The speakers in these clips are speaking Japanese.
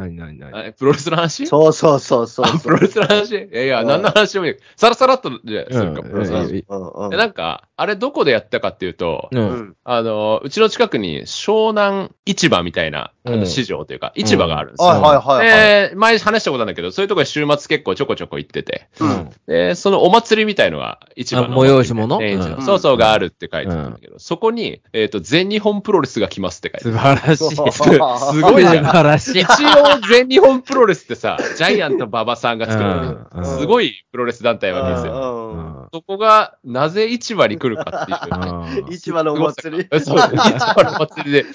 何何何えプロレスの話そうそうそうそうあ、プロレスの話いやいや、うん何の話でもいい。さらさらっとじゃあするか、うんプロレスのいい話よ。いいようんうんでなんか、あれどこでやったかっていうと、う。うんんあの、うちの近くに湘南市場みたいな、あうのん市場というか、市場があるんですよ。はいはいはいはい。で、前話したことあるんだけど、そういうとこに週末結構ちょこちょこ行ってて、うんで、そのお祭りみたいのが市場の。あ催し物ねうんそうそうがあるって書いてたんだけど、そこに、えっ、と、全日本プロレスが来ますって書いて素た。晴らしい。そうすごい素晴ら しい。一応、全日本プロレスってさ、ジャイアント馬場さんが作るんだけど、うんうんすごいプロレス団体わけですよ。ううんんそこが、なぜ市場に来るかっていう。うん市場のお祭り。えそう、市場の祭りで、プロ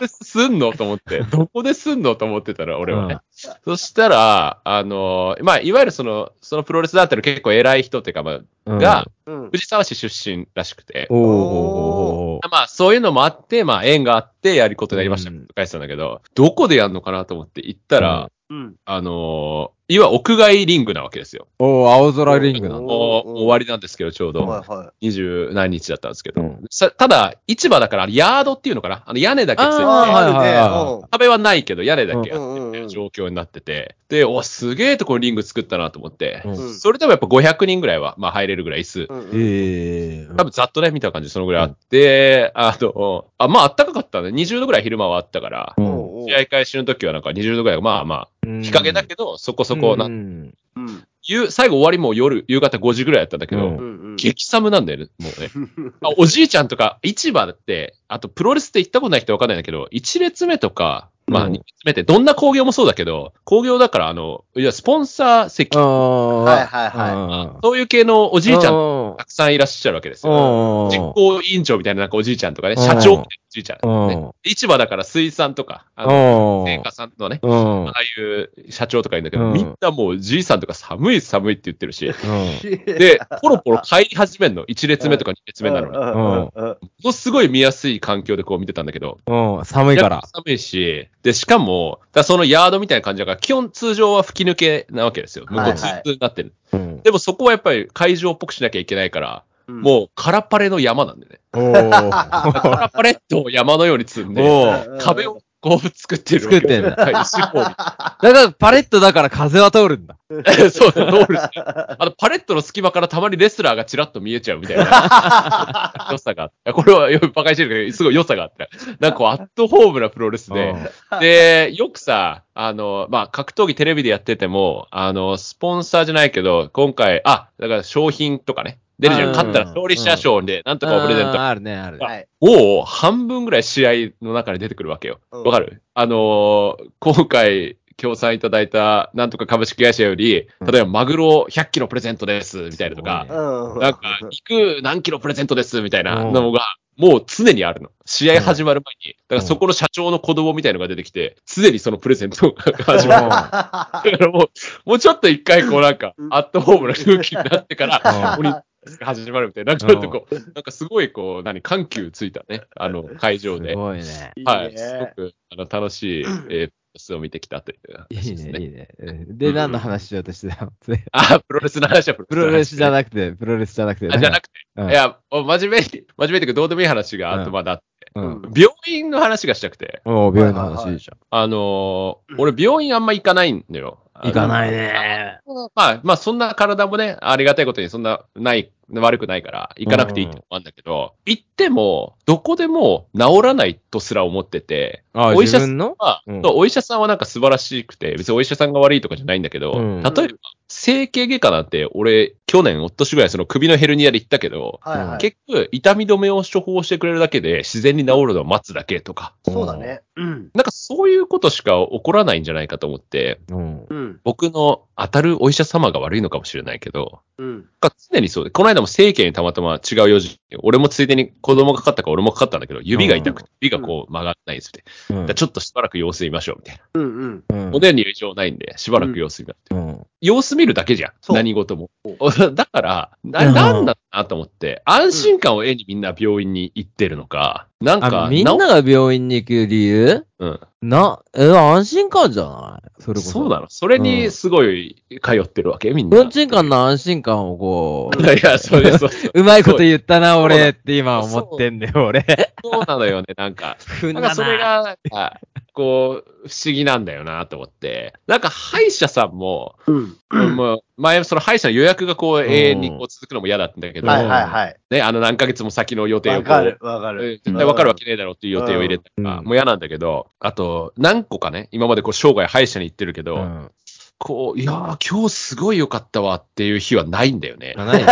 レスすんのと思って、どこですんのと思ってたら、俺はね。そしたら、あのーまあ、いわゆるその、そのプロレス団体の結構偉い人っていうか、まうあ、んが、、うん藤沢市出身らしくてお、ーおーおーおーまあ、そういうのもあって、まあ、縁があって、やることになりましたうんと返してたんだけど、どこでやるのかなと思って行ったら、うんうん。あのーいわゆる屋外リングなわけですよ。おー青空リングなの。もううん終わりなんですけど、ちょうど。はいは二十何日だったんですけど、うんさただ、市場だから、ヤードっていうのかなあの屋根だけついてて、い。あーはいはいはいあるね壁はないけど、屋根だけうあんうんっうんうてん状況になってて、で、おすげえとこにリング作ったなと思って、うんうんそれでもやっぱ500人ぐらいは、まあ、入れるぐらい椅子、うんうんええ。多分ざっとね、見た感じ、そのぐらいあって、あの、あまあ、あったかかったね、20度ぐらい昼間はあったから、うおんうおう試合開始の時はなんか20度ぐらい、まあまあ、日陰だけど、そこそこ、なんんうん夕最後終わりも夜、夕方5時ぐらいだったんだけど、うんうんうん激寒なんだよね、もうね。あおじいちゃんとか、市場って、あとプロレスって行ったことない人わかんないんだけど、1列目とか、まあうん2列目って、どんな興行もそうだけど、興行だから、あの、いや、スポンサー席あ、あ。はいはいははそういう系のおいじいちゃんんたくさんいらっしゃるわけですよ。実お行委員長みたいななんかおじいちゃんとかね、うん社長みたいなおじいちゃん。うんね、市場だから水産とか、あの、おメーカーさんのね、うん。ああいう社長とかいるんだけど、うんみんなもうじいさんとか寒い寒いって言ってるし、うんで、ポロポロ帰り始めんの。1列目とか2列目なのに。もうのすごい見やすい環境でこう見てたんだけど、うん、寒いから。寒いし、で、しかも、だからそのヤードみたいな感じだから、基本通常は吹き抜けなわけですよ。向こうツはいはーいツーになってる。 うん。でもそこはやっぱり会場っぽくしなきゃいけないから、んもう空パレの山なん でね。おー 空パレットを山のように積んで、おーうん壁をこう作ってるわけですよ。作はい石工みだから、パレットだから風は通るんだ。たいなそうそう、ロールしてあの、パレットの隙間からたまにレスラーがちらっと見えちゃうみたいな。良さがあって。これはよく馬鹿にしてるけど、すごい良さがあって。なんかこう、アットホームなプロレスで、で、よくさ、あの、まあ、格闘技テレビでやってても、あの、スポンサーじゃないけど、今回、あ、だから商品とかね、出るじゃ。うんん勝ったら勝利者賞で、なんとかをプレゼンあート。あるね、ある。はいを半分ぐらい試合の中に出てくるわけよ。うんわかるあのー今回、協賛いただいた、なんとか株式会社より、例えば、マグロ100キロプレゼントです、みたいなとか、す うんなんか、肉何キロプレゼントです、みたいなうんのが、もう常にあるの。試合始まる前に。だからそこの社長の子供みたいのが出てきて、すでにそのプレゼントが始まる。だからもう、もうちょっと一回こうなんかう、んアットホームな空気になってから、うオリンピックが始まるみたいな。なんかちょっとこう、なんかすごいこう、何、緩急ついたね、あの、会場すで。ごいね。 いいねはい。すごく、あの、楽しい、えー、様子を見てきたというい話いですね、いね。いね。で、何の話しようとしてたのあ、プロレスの話はププロレスじゃななくて、プロレスじゃなくて。あ、じゃなくて。うんいや、お真面目に、真面目にというかどうでもいい話があとまだあってうん。病院の話がしたくて、おー病院の話いいじあのー俺病院あんま行かないんだよ。ゃん。行かい。ないね。まあ、まあそんな体もね、ありがたいことにそんなない、悪くないから、行かなくていいって思うんだけど、行っても、どこでも治らないとすら思ってて、あお医者自分のまあ、うんそうお医者さんはなんか素晴らしくて、別にお医者さんが悪いとかじゃないんだけど、うん例えば、整形外科なんて、俺、去年、おっとしぐらいその首のヘルニアで行ったけど、はいはい。結局、痛み止めを処方してくれるだけで、自然に治るのを待つだけとか、そうだね。うん。なんかそういうことしか起こらないんじゃないかと思って、うん。うん。僕の当たるお医者様が悪いのかもしれないけど、うん。なんか常にそうで、この間も整形にたまたま違う用事、俺もついでに子供がかかったから俺もかかったんだけど、指が痛くて、指がこう曲がらないんですって。うんだからちょっとしばらく様子見ましょうみたいな。うん。うん。うんモデルには異常ないんで、しばらく様子見ましょううん様子見るだけじゃん。そう何事も そ。だから、うな、んなんだなと思って、安心感を得にみんな病院に行ってるのか、なんか、あみんなが病院に行く理由うん、な、え、安心感じゃないそれこそ。そうなの。それにすごい通ってるわけ、みんな。安心感の安心感をこう、いや、そうです、そうです。うまいこと言ったな、う俺って今思ってんだよ、俺。そうなのよね、なんか。ふんなんかそれが、あこう、不思議なんだよなと思って。なんか歯医者さんも、うん。もう前、その歯医者の予約がこう、永遠にこう続くのも嫌だったんだけど、はいはいはい。ね、あの何ヶ月も先の予定をわこかうる、、わかるえ。絶対わかるわけねえだろうっていう予定を入れたから、うんもう嫌なんだけど、あと、何個かね、今までこう生涯歯医者に行ってるけど、うんこう、いやー、今日すごい良かったわっていう日はないんだよね。ないでしょ。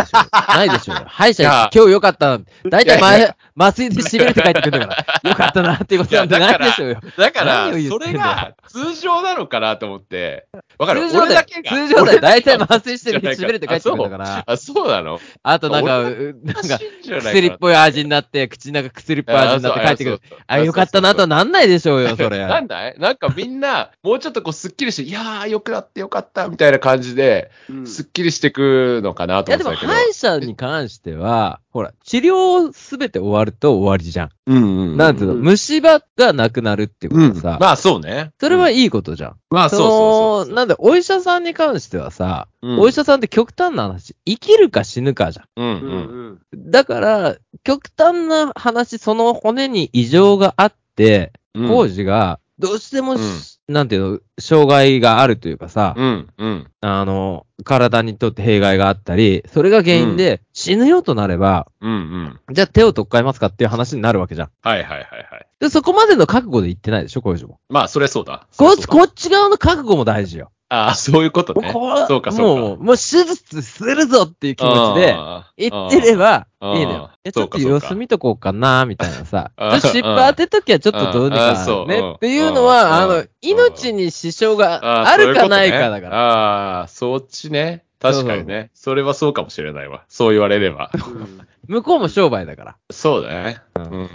ない でしょ。歯医者いや今日良かったな。大体前、麻酔でしびれて帰ってくるんだから。良かったなっていうことなんていやだなかいらでしょうよ。だから、何を言そってれんだよが通常なのかなと思って、わかる通常俺だよだ。けが。通常だよ。大体麻酔してるじゃな日いしかびれて帰ってくるんだから。あ、そうなのあとなんか、俺うなんおかかし、いんじゃない薬っぽい味になって、口の中薬っぽい味になって帰ってくる。るあ、良かったなとはなんないでしょうよ、それ。 なんだいなんかみんな、もうちょっとこう、すっきりして、いやー、よくなってよかった、みたいな感じで、うんすっきりしてくのかないとや思っでもてたけど。歯医者に関しては、ほら、治療すべて終わると終わりじゃん。うんうん。なんていうの、うん虫歯がなくなるってことうはん。さ、まあそうね。それはうんいいことじゃん。まあそうそうのなんで、お医者さんに関してはさ、そううん。お医者さんって極端な話、生きるか死ぬかじゃん。うんうんうん。うん。だから、極端な話、その骨に異常があって、うん工事が、どうしてもうんし、なんていうの、障害があるというかさ、うんうん。あの、体にとって弊害があったり、それが原因で死ぬようとなれば、うんうん。じゃあ手を取っ換えますかっていう話になるわけじゃん。はいはいはいはい。で、そこまでの覚悟で言ってないでしょ、こういう人も。まあ、それそうだ。こそっれち、そうだこっち側の覚悟も大事よ。ああ、そういうことね。こそうかそうかもう、もう手術するぞっていう気持ちで、あー言ってれ。ば、いあーいのよ。いやちょっとそうかそう様か子見とこうかな、みたいな さ。ちあょーっと湿布当てときはちょっとどうにあーそかううねん。っていうのうんは、あうのん、命に支障あがーあるかないかだから。ら。ああー、そっちね。確かにね。それはそうかもしれないわ。そう言われれば。向こうも商売だから。そうだね。ううんん。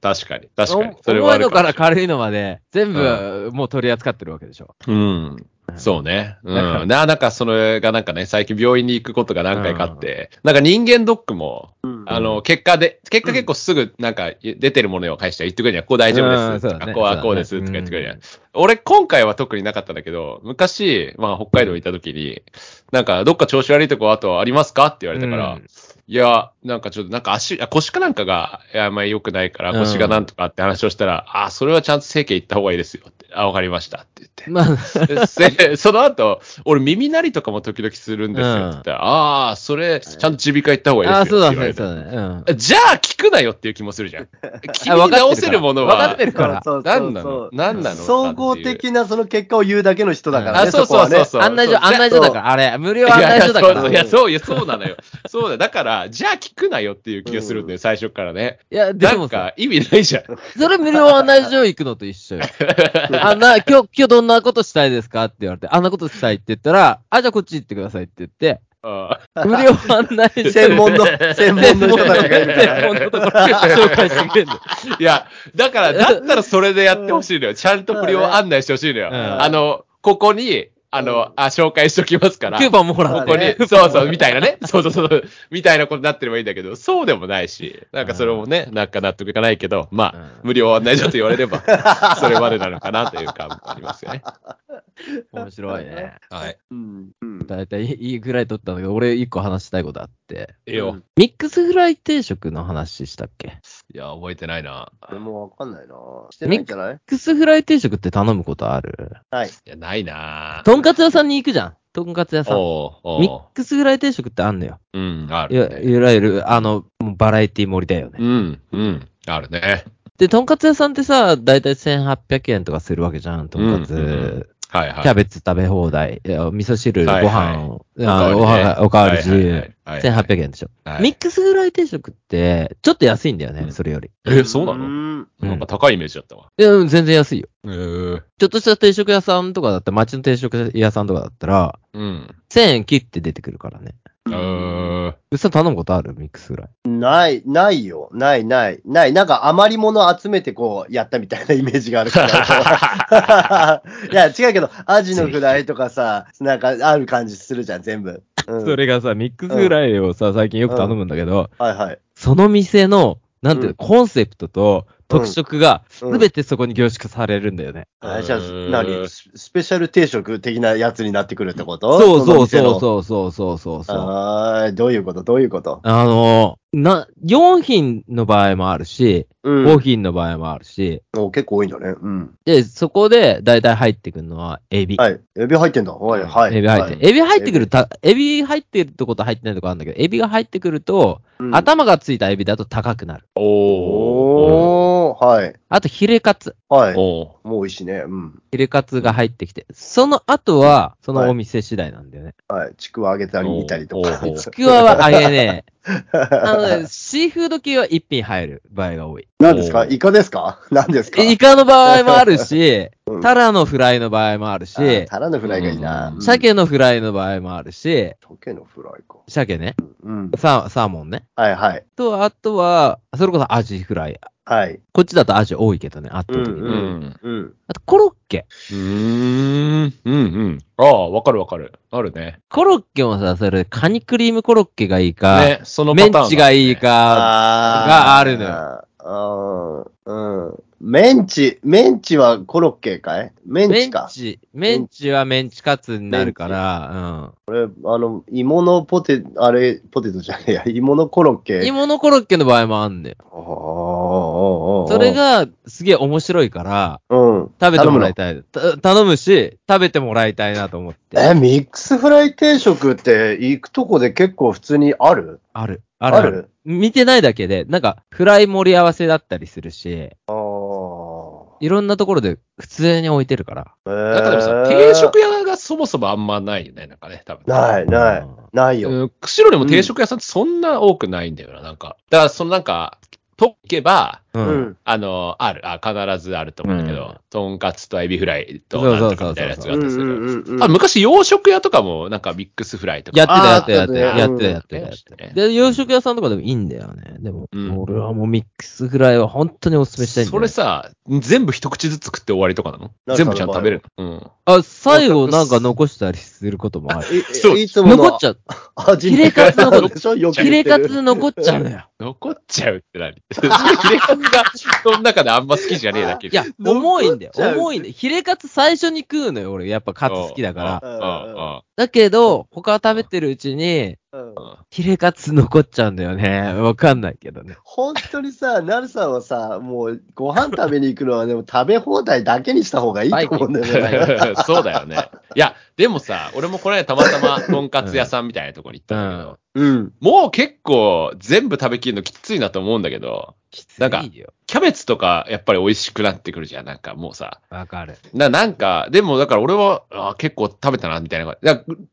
確かに。確かに。それは重あいのるからか軽いのまで、全部もう取り扱ってるわけでしょ。も。うん。そうね。だかうらん。な、なんかそれがなんかね、最近病院に行くことが何回かあって、なんか人間ドックも、うんあの、結果で、結果結構すぐなんか出てるものを返して言ってくれるには、こう大丈夫です。うんそとうだかねこうはこうです。そうとだかね言ってくれるには。俺、今回は特になかったんだけど、昔、まあ北海道行った時に、なんかどっか調子悪いとこあとありますかって言われたから、うんいや、なんかちょっとなんか足、あ腰かなんかが、いや、あんまり良くないから、腰がなんとかって話をしたら、あ、それはちゃんと整形行った方がいいですよって、あ、わかりましたっ て言って。まあ、せその後、俺耳鳴りとかも時々するんですよって言ったら、ああ、それ、ちゃんと耳鼻科行った方がいいああ、ですそうよっだて言ね、われてそう。だね。うん。じゃあ聞くなよっていう気もするじゃん。君に分かってるから直せるもの分かっはて、るから。そうそうそ何うなそのう何なの総合的なその結果を言うだけの人だからあ、ね。そうこそうはねそうそう。案内じ所、ゃあ案内所だから。あれ、無料いや案い内や所だそかうそうら。いや、そうよ、そうなのよ。そうだ、だから、じゃあ聞くなよっていう気がするんだよ、最初からね。いや、でなもんさ、か、意味ないじゃん。それ無料案内所行くのと一緒よ。あんな、今日、今日どんなことしたいですかって言われて、あんなことしたいって言ったら、あ、じゃあこっち行ってくださいって言って、あ無料案内所専 門の、 専門の人たちがいるから。専門のところ紹介してくれるの。ーいや、だから、だったらそれでやってほしいのよ。ちゃんと不良案内してほしいのよ。うんあの、ここに、あうんの、あ、紹介しときますから。クーパンもほら、まあここねに、そうそう、みたいなね。そうそうそう、みたいなことになってればいいんだけど、そうでもないし、なんかそれもね、なんか納得いかないけど、まあ、うん無料案内所と言われれば、それまでなのかなという感もありますよね。面白いね。はい。うんうんだいたいいいぐらい取ったんだけど、俺一個話したいことあって。いいよ。ミックスフライ定食の話したっけミいや、覚えてないな。俺もわかんないな。してないんじゃないックスフライ定食って頼むことあるはい。いや、ないなとんかつ屋さんに行くじゃん。とんかつ屋さん。おうおミックスフライ定食ってあんのよ。ううん、あいわる、ね。いわゆる、あの、もうバラエティ盛りだよね。うん、うん、あるね。で、とんかつ屋さんってさ、だいたい1800円とかするわけじゃん、とんかつ。うんうんはいはい。キャベツ食べ放題、いや味噌汁、ごはいはい飯、あおはがおかわり自由。はいはいはいはい1800円でしょ。はいミックスフライ定食って、ちょっと安いんだよね、うんそれより。え、そうなののうんなんか高いイメージだったわ。いや、うん全然安いよ。えーちょっとした定食屋さんとかだったら、街の定食屋さんとかだったら、うん。 1000円切って出てくるからね。えーうさん頼むことあるミックスフライ。ない、ないよ。ない、ない、ない。なんか余り物集めてこう、やったみたいなイメージがあ るから。いや、違うけど、アジのフライとかさ、なんかある感じするじゃん、全部。うんそれがさ、ミックスフライをさ、最近よく頼むんだけど、はいはい。その店の、なんていうの、うんコンセプトと特色がうすんべてそこに凝縮されるんだよね。あじゃあ、うん何ススペシャル定食的なやつになってくるってことそうそうのそう店のそうそうそうそうそう。あーどういうことどういうことあの、な、4品の場合もあるし、う5品の場合もあるし、お結構多いんだね。うん。で、そこで大体入ってくるのはエビ。はい。エビ入ってんだ。はい、はい。エビ入って、はいエビ入ってくるた、エビ入ってるとこと入ってないとこあるんだけど、エビが入ってくると、うん頭がついたエビだと高くなる。おー。おー、はい。あとヒレカツ。はい。おー。もう美味しいね。うん。ヒレカツが入ってきて、その後は、そのお店次第なんだよね。はい。ちくわ揚げたり煮た りとかお。ーちくわは揚げねえ。あのね、シーフード系は一品入る場合が多い。何ですかおーイカですか 何ですかイカの場合もあるしん、タラのフライの場合もあるしあ、ータラのフライがいいなう。うんん鮭のフライの場合もあるし、鮭のフライか。鮭ね。うん。サーサーモンね。はいはい。と、あとは、それこそアジフライ。はい。こっちだとアジ多いけどね、圧倒的に。ううんん。うん。あと、コロッケ。うーん。うんうん。ああ、わかるわかる。あるね。コロッケもさ、それ、カニクリームコロッケがいいか、ね、そのパメターン。ンチがいい。か、あーがあるのよ。あーうん。メンチ、メンチはコロッケかいメンメンチか。チ、メンチはメンチカツになるから、これ、あの、芋のポテ、あれ、ポテトじゃねえや、 芋のコロッうケ。ん。芋のコロッケの場合もあんだよ。そそれ、が、すげえ面白いから、うん。食べてもら頼むいたい。た頼むし、食べてもらいたいなと思って。のえ、ミックスフライ定食って行くとこで結構普通にあるある。あるあるある見てないだけで、なんか、フライ盛り合わせだったりするし、あーいろんなところで普通に置いてるから。えなんかでもさ、ー定食屋がそもそもあんまないよね、なんかね、多分。ない、なうん、いないよ。うん、釧路にも定食屋さんってそんな多くないんだよな、なんか。だから、そのなんか、と行けば、う。うんん。あの、ある、あ、必ずあると思うんだけど、うんとんかつとエビフライと、そうなそんうとそうそうかみたいなやつうがあったんですけど、うんうんうんあ昔洋食屋とかも、なんかミックスフライとか。やってた、やあっーてた、やってた、あやってた、やっうったねんてありましたた。ねで、洋食屋さんとかでもいいんだよね。でも、うん俺はもうミックスフライは本当にお勧めしたいんだそよれね。さ、全部一口ずつ食って終わりとかななのんか全部ちゃんと食べるのうん。あ、最後なんか残したりすることもあ る。いそういつも残っのちゃう。味ヒレカツのそう でしょよくヒ言レってカるツ残っちゃうのよ。残っちゃうって何ヒレカツが、その中であんま好きじゃねえだけ。いや、重いんだよ。重いんだよ。ヒレカツ最初に食うのよ、俺。やっぱカツ好きだから。うんうんだけど、他食べてるうちに、うんうんヒレカツ残っちゃうんだよね。わかんないけどね。本当にさ、なるさんはさ、もうご飯食べに行くのはでも食べ放題だけにした方がいいと思うんだよね。 そうだよね。いや、でもさ、俺もこの間たまたま、とんかつ屋さんみたいなとこに行ったんだけど、うん。もう結構、全部食べきるのきついなと思うんだけど、きつなんかいよ。キャベツとか、やっぱり美味しくなってくるじゃん。なんかもうさ、わかる。な、なんか、でもだから俺は、あー結構食べたな、みたいな感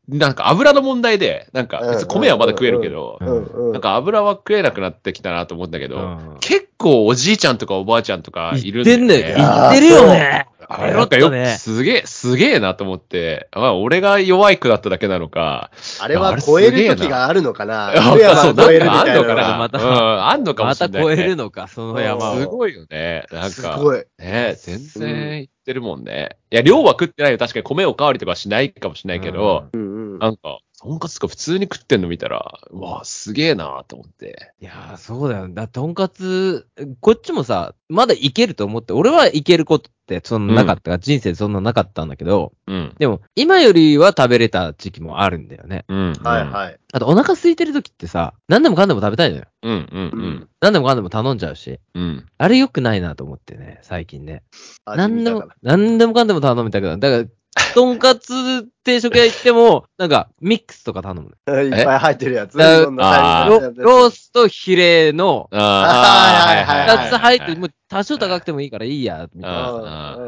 じ。ななんか油の問題で、なんか、別に米はまだ食えるけど、うんうん。なんか油は食えなくなってきたなと思うんだけうど、ん。結構おじいちゃんとかおばあちゃんとかいる言んっだてんね。よね。いや言ってるよね。あれなんかペロよッとねすげえ、すげえなと思って、まあ、俺が弱い句だっただけなのか、あれは超える時があるのかな。富あ山そをうな超えるんみかあんたいのなかのが。な、またうん、あんのかもましれたない、ね。超えるのか、その山うんすを。ごいよね。なんすか、ごい。ね全然いってるもんね。いや、量は食ってないよ。確かに米おかわりとかはしないかもしれないけど、うんうん。なんか、とんかつとか普通に食ってんの見たら、うわすげえなと思って。いやー、そうだよ。だとんかつ、こっちもさ、まだいけると思って、俺はいけることってそんななかったから、人生そんななかったんだけど、うん。でも、今よりは食べれた時期もあるんだよね。うん。はいい。はい。あと、お腹空いてる時ってさ、何でもかんでも食べたいのよ。うんうん何でもかんでも頼んじゃうし。うん。うん。あれ良くないなと思ってね、最近ね。味何見でだかもら、何でもかんでも頼みたくなる。だから、とんかつ定食屋行っても、 なんか、ミックスとか頼むの。 いっぱい入ってるやつ。えいろんなあサイズのやロつロースとヒレの、あーはいはいはい2つ入って、はいもう多少高くてもいいからいいや、みたいな。あ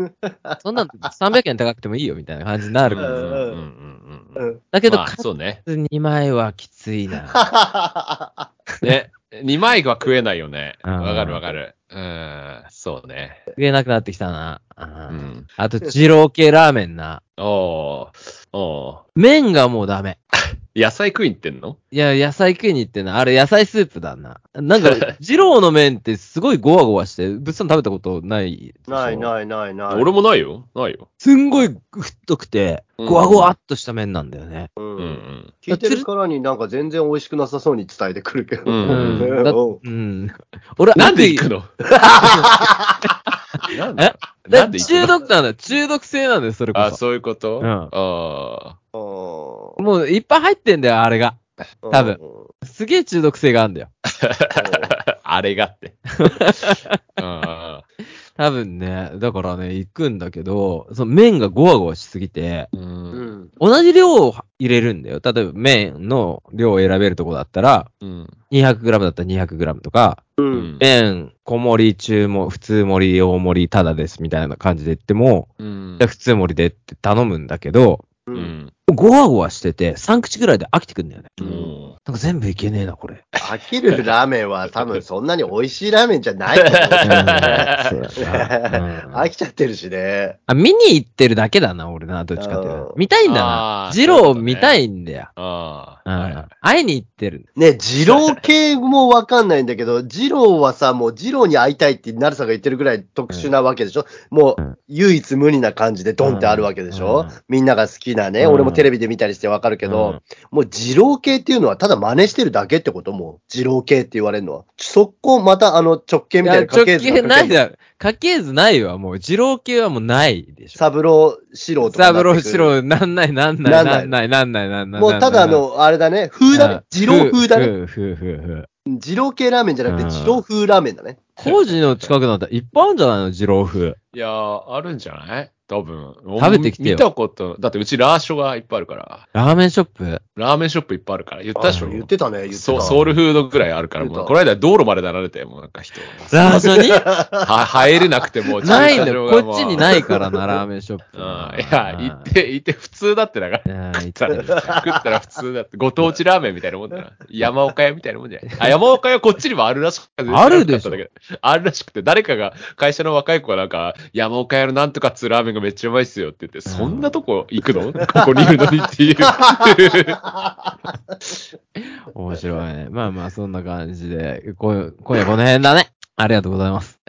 ーあーそんなん300円高くてもいいよ、みたいな感じになるうんかうらさ。んうんうん。うんだけど、まあカツそうね。 2枚はきつい な。ね。2枚は食えないよね。うんわかるわかる。うん。そうね。食えなくなってきたな。あうーん。あと、二郎系ラーメンな。おー。おー。麺がもうダメ。い野菜食いに行ってんのいや、野菜食いに行ってな。あれ、野菜スープだな。なん か、二郎の麺ってすごいゴワゴワして、ぶっさん食べたことない。ないい。ないないない。俺もないよ。ないよ。すんごい太くて、うんゴワゴワっとした麺なんだよね。う。うんうんん。聞いてるからになんか全然美味しくなさそうに伝えてくるけど。ううんん。だうんうん。俺、なんで行悪く意のなんえでなんで行中くの毒なんだよ。中毒性なんだよ、それこあ、そ。そういうことうんあ多もういっぱい入ってんだよ、あれが。多分すげえ中毒性があるんだよ。あ。あれがって。 あ多分ね、だからね、行くんだけど、その麺がゴワゴワしすぎて、ーう。うんん。同じ量を入れるんだよ。例えば麺の量を選べるとこだったら、うん。 200g だったら 200g とか、う。うんん。麺、小盛り、中盛り、普通盛り、大盛り、ただです、みたいな感じで言っても、うんじゃあ普通盛りでって頼むんだけど、う。うんん。ゴワゴワしてて、3口ぐらいで飽きてくんだよね。うんなんか全部いけねえな、これ。飽きるラーメンは多分そんなに美味しいラーメンじゃないと思うんそうだな うんう。飽きちゃってるしね。あ、見に行ってるだけだな、俺な、どっちかっていううんと。見たいんだなあ。ージそういうロことーね見たいんだよ。うああ。はいん。会いに行ってる。ね、二郎系もわかんないんだけど、二郎はさ、もう二郎に会いたいってなるさんが言ってるぐらい特殊なわけでしょ、もううん唯一無二な感じでドンってあるわけでしょ、うんみんなが好きなね、うん俺もテレビで見たりしてわかるけど、もう二郎系っていうのはただ真似してるだけってこともう、二郎系って言われるのは。そこまたあの直い系みたいや、な家直系図系がない書けるだ。家系図ないわ、もう。ジロー系はもうないでしょ。サブロー四郎とかサになブってくる。ロー、シロー、なんない、なんない、ななんんない、なんない、なんない。もうただあの、あれだね、風だうねん、。二郎風だね。風。風、風、風。二郎系ラーメンじゃなくてうん二郎風ラーメンだね。工事の近くなんていっぱいあるんじゃないの二郎風。いやー、あるんじゃない多分。食べてきてよ見たこと、だってうちラーショがいっぱいあるから、ラーメンショップラーメンショップいっぱいあるから、言ったでしょあ言ってたね、言ってた。そうソウルフードぐらいあるから、言ってもたう、この間道路までなられて、もうなんか人。ラーショには、入れなくてもう、ない駐の車場よ。こがもうっちにないからな、ラーメンショッうプ。ん。いや、行って、行って普通だってだから。うん。行っ食てったら食ったら普通だって、ご当地ラーメンみたいなもんだな。山岡屋みたいなもんじゃ ない。あ、山岡屋こっちにもあるらしくて。あるでしょ知らなかったんだけどあるらしくて、誰かが、会社の若い子がなんか、山岡屋のなんとかっつうラーメンがめっちゃうまいっすよって言って、そんなとこ行く のここにいるのにっていう。面白いね。まあまあ、そんな感じで、こ今夜この辺だね。ありがとうございます。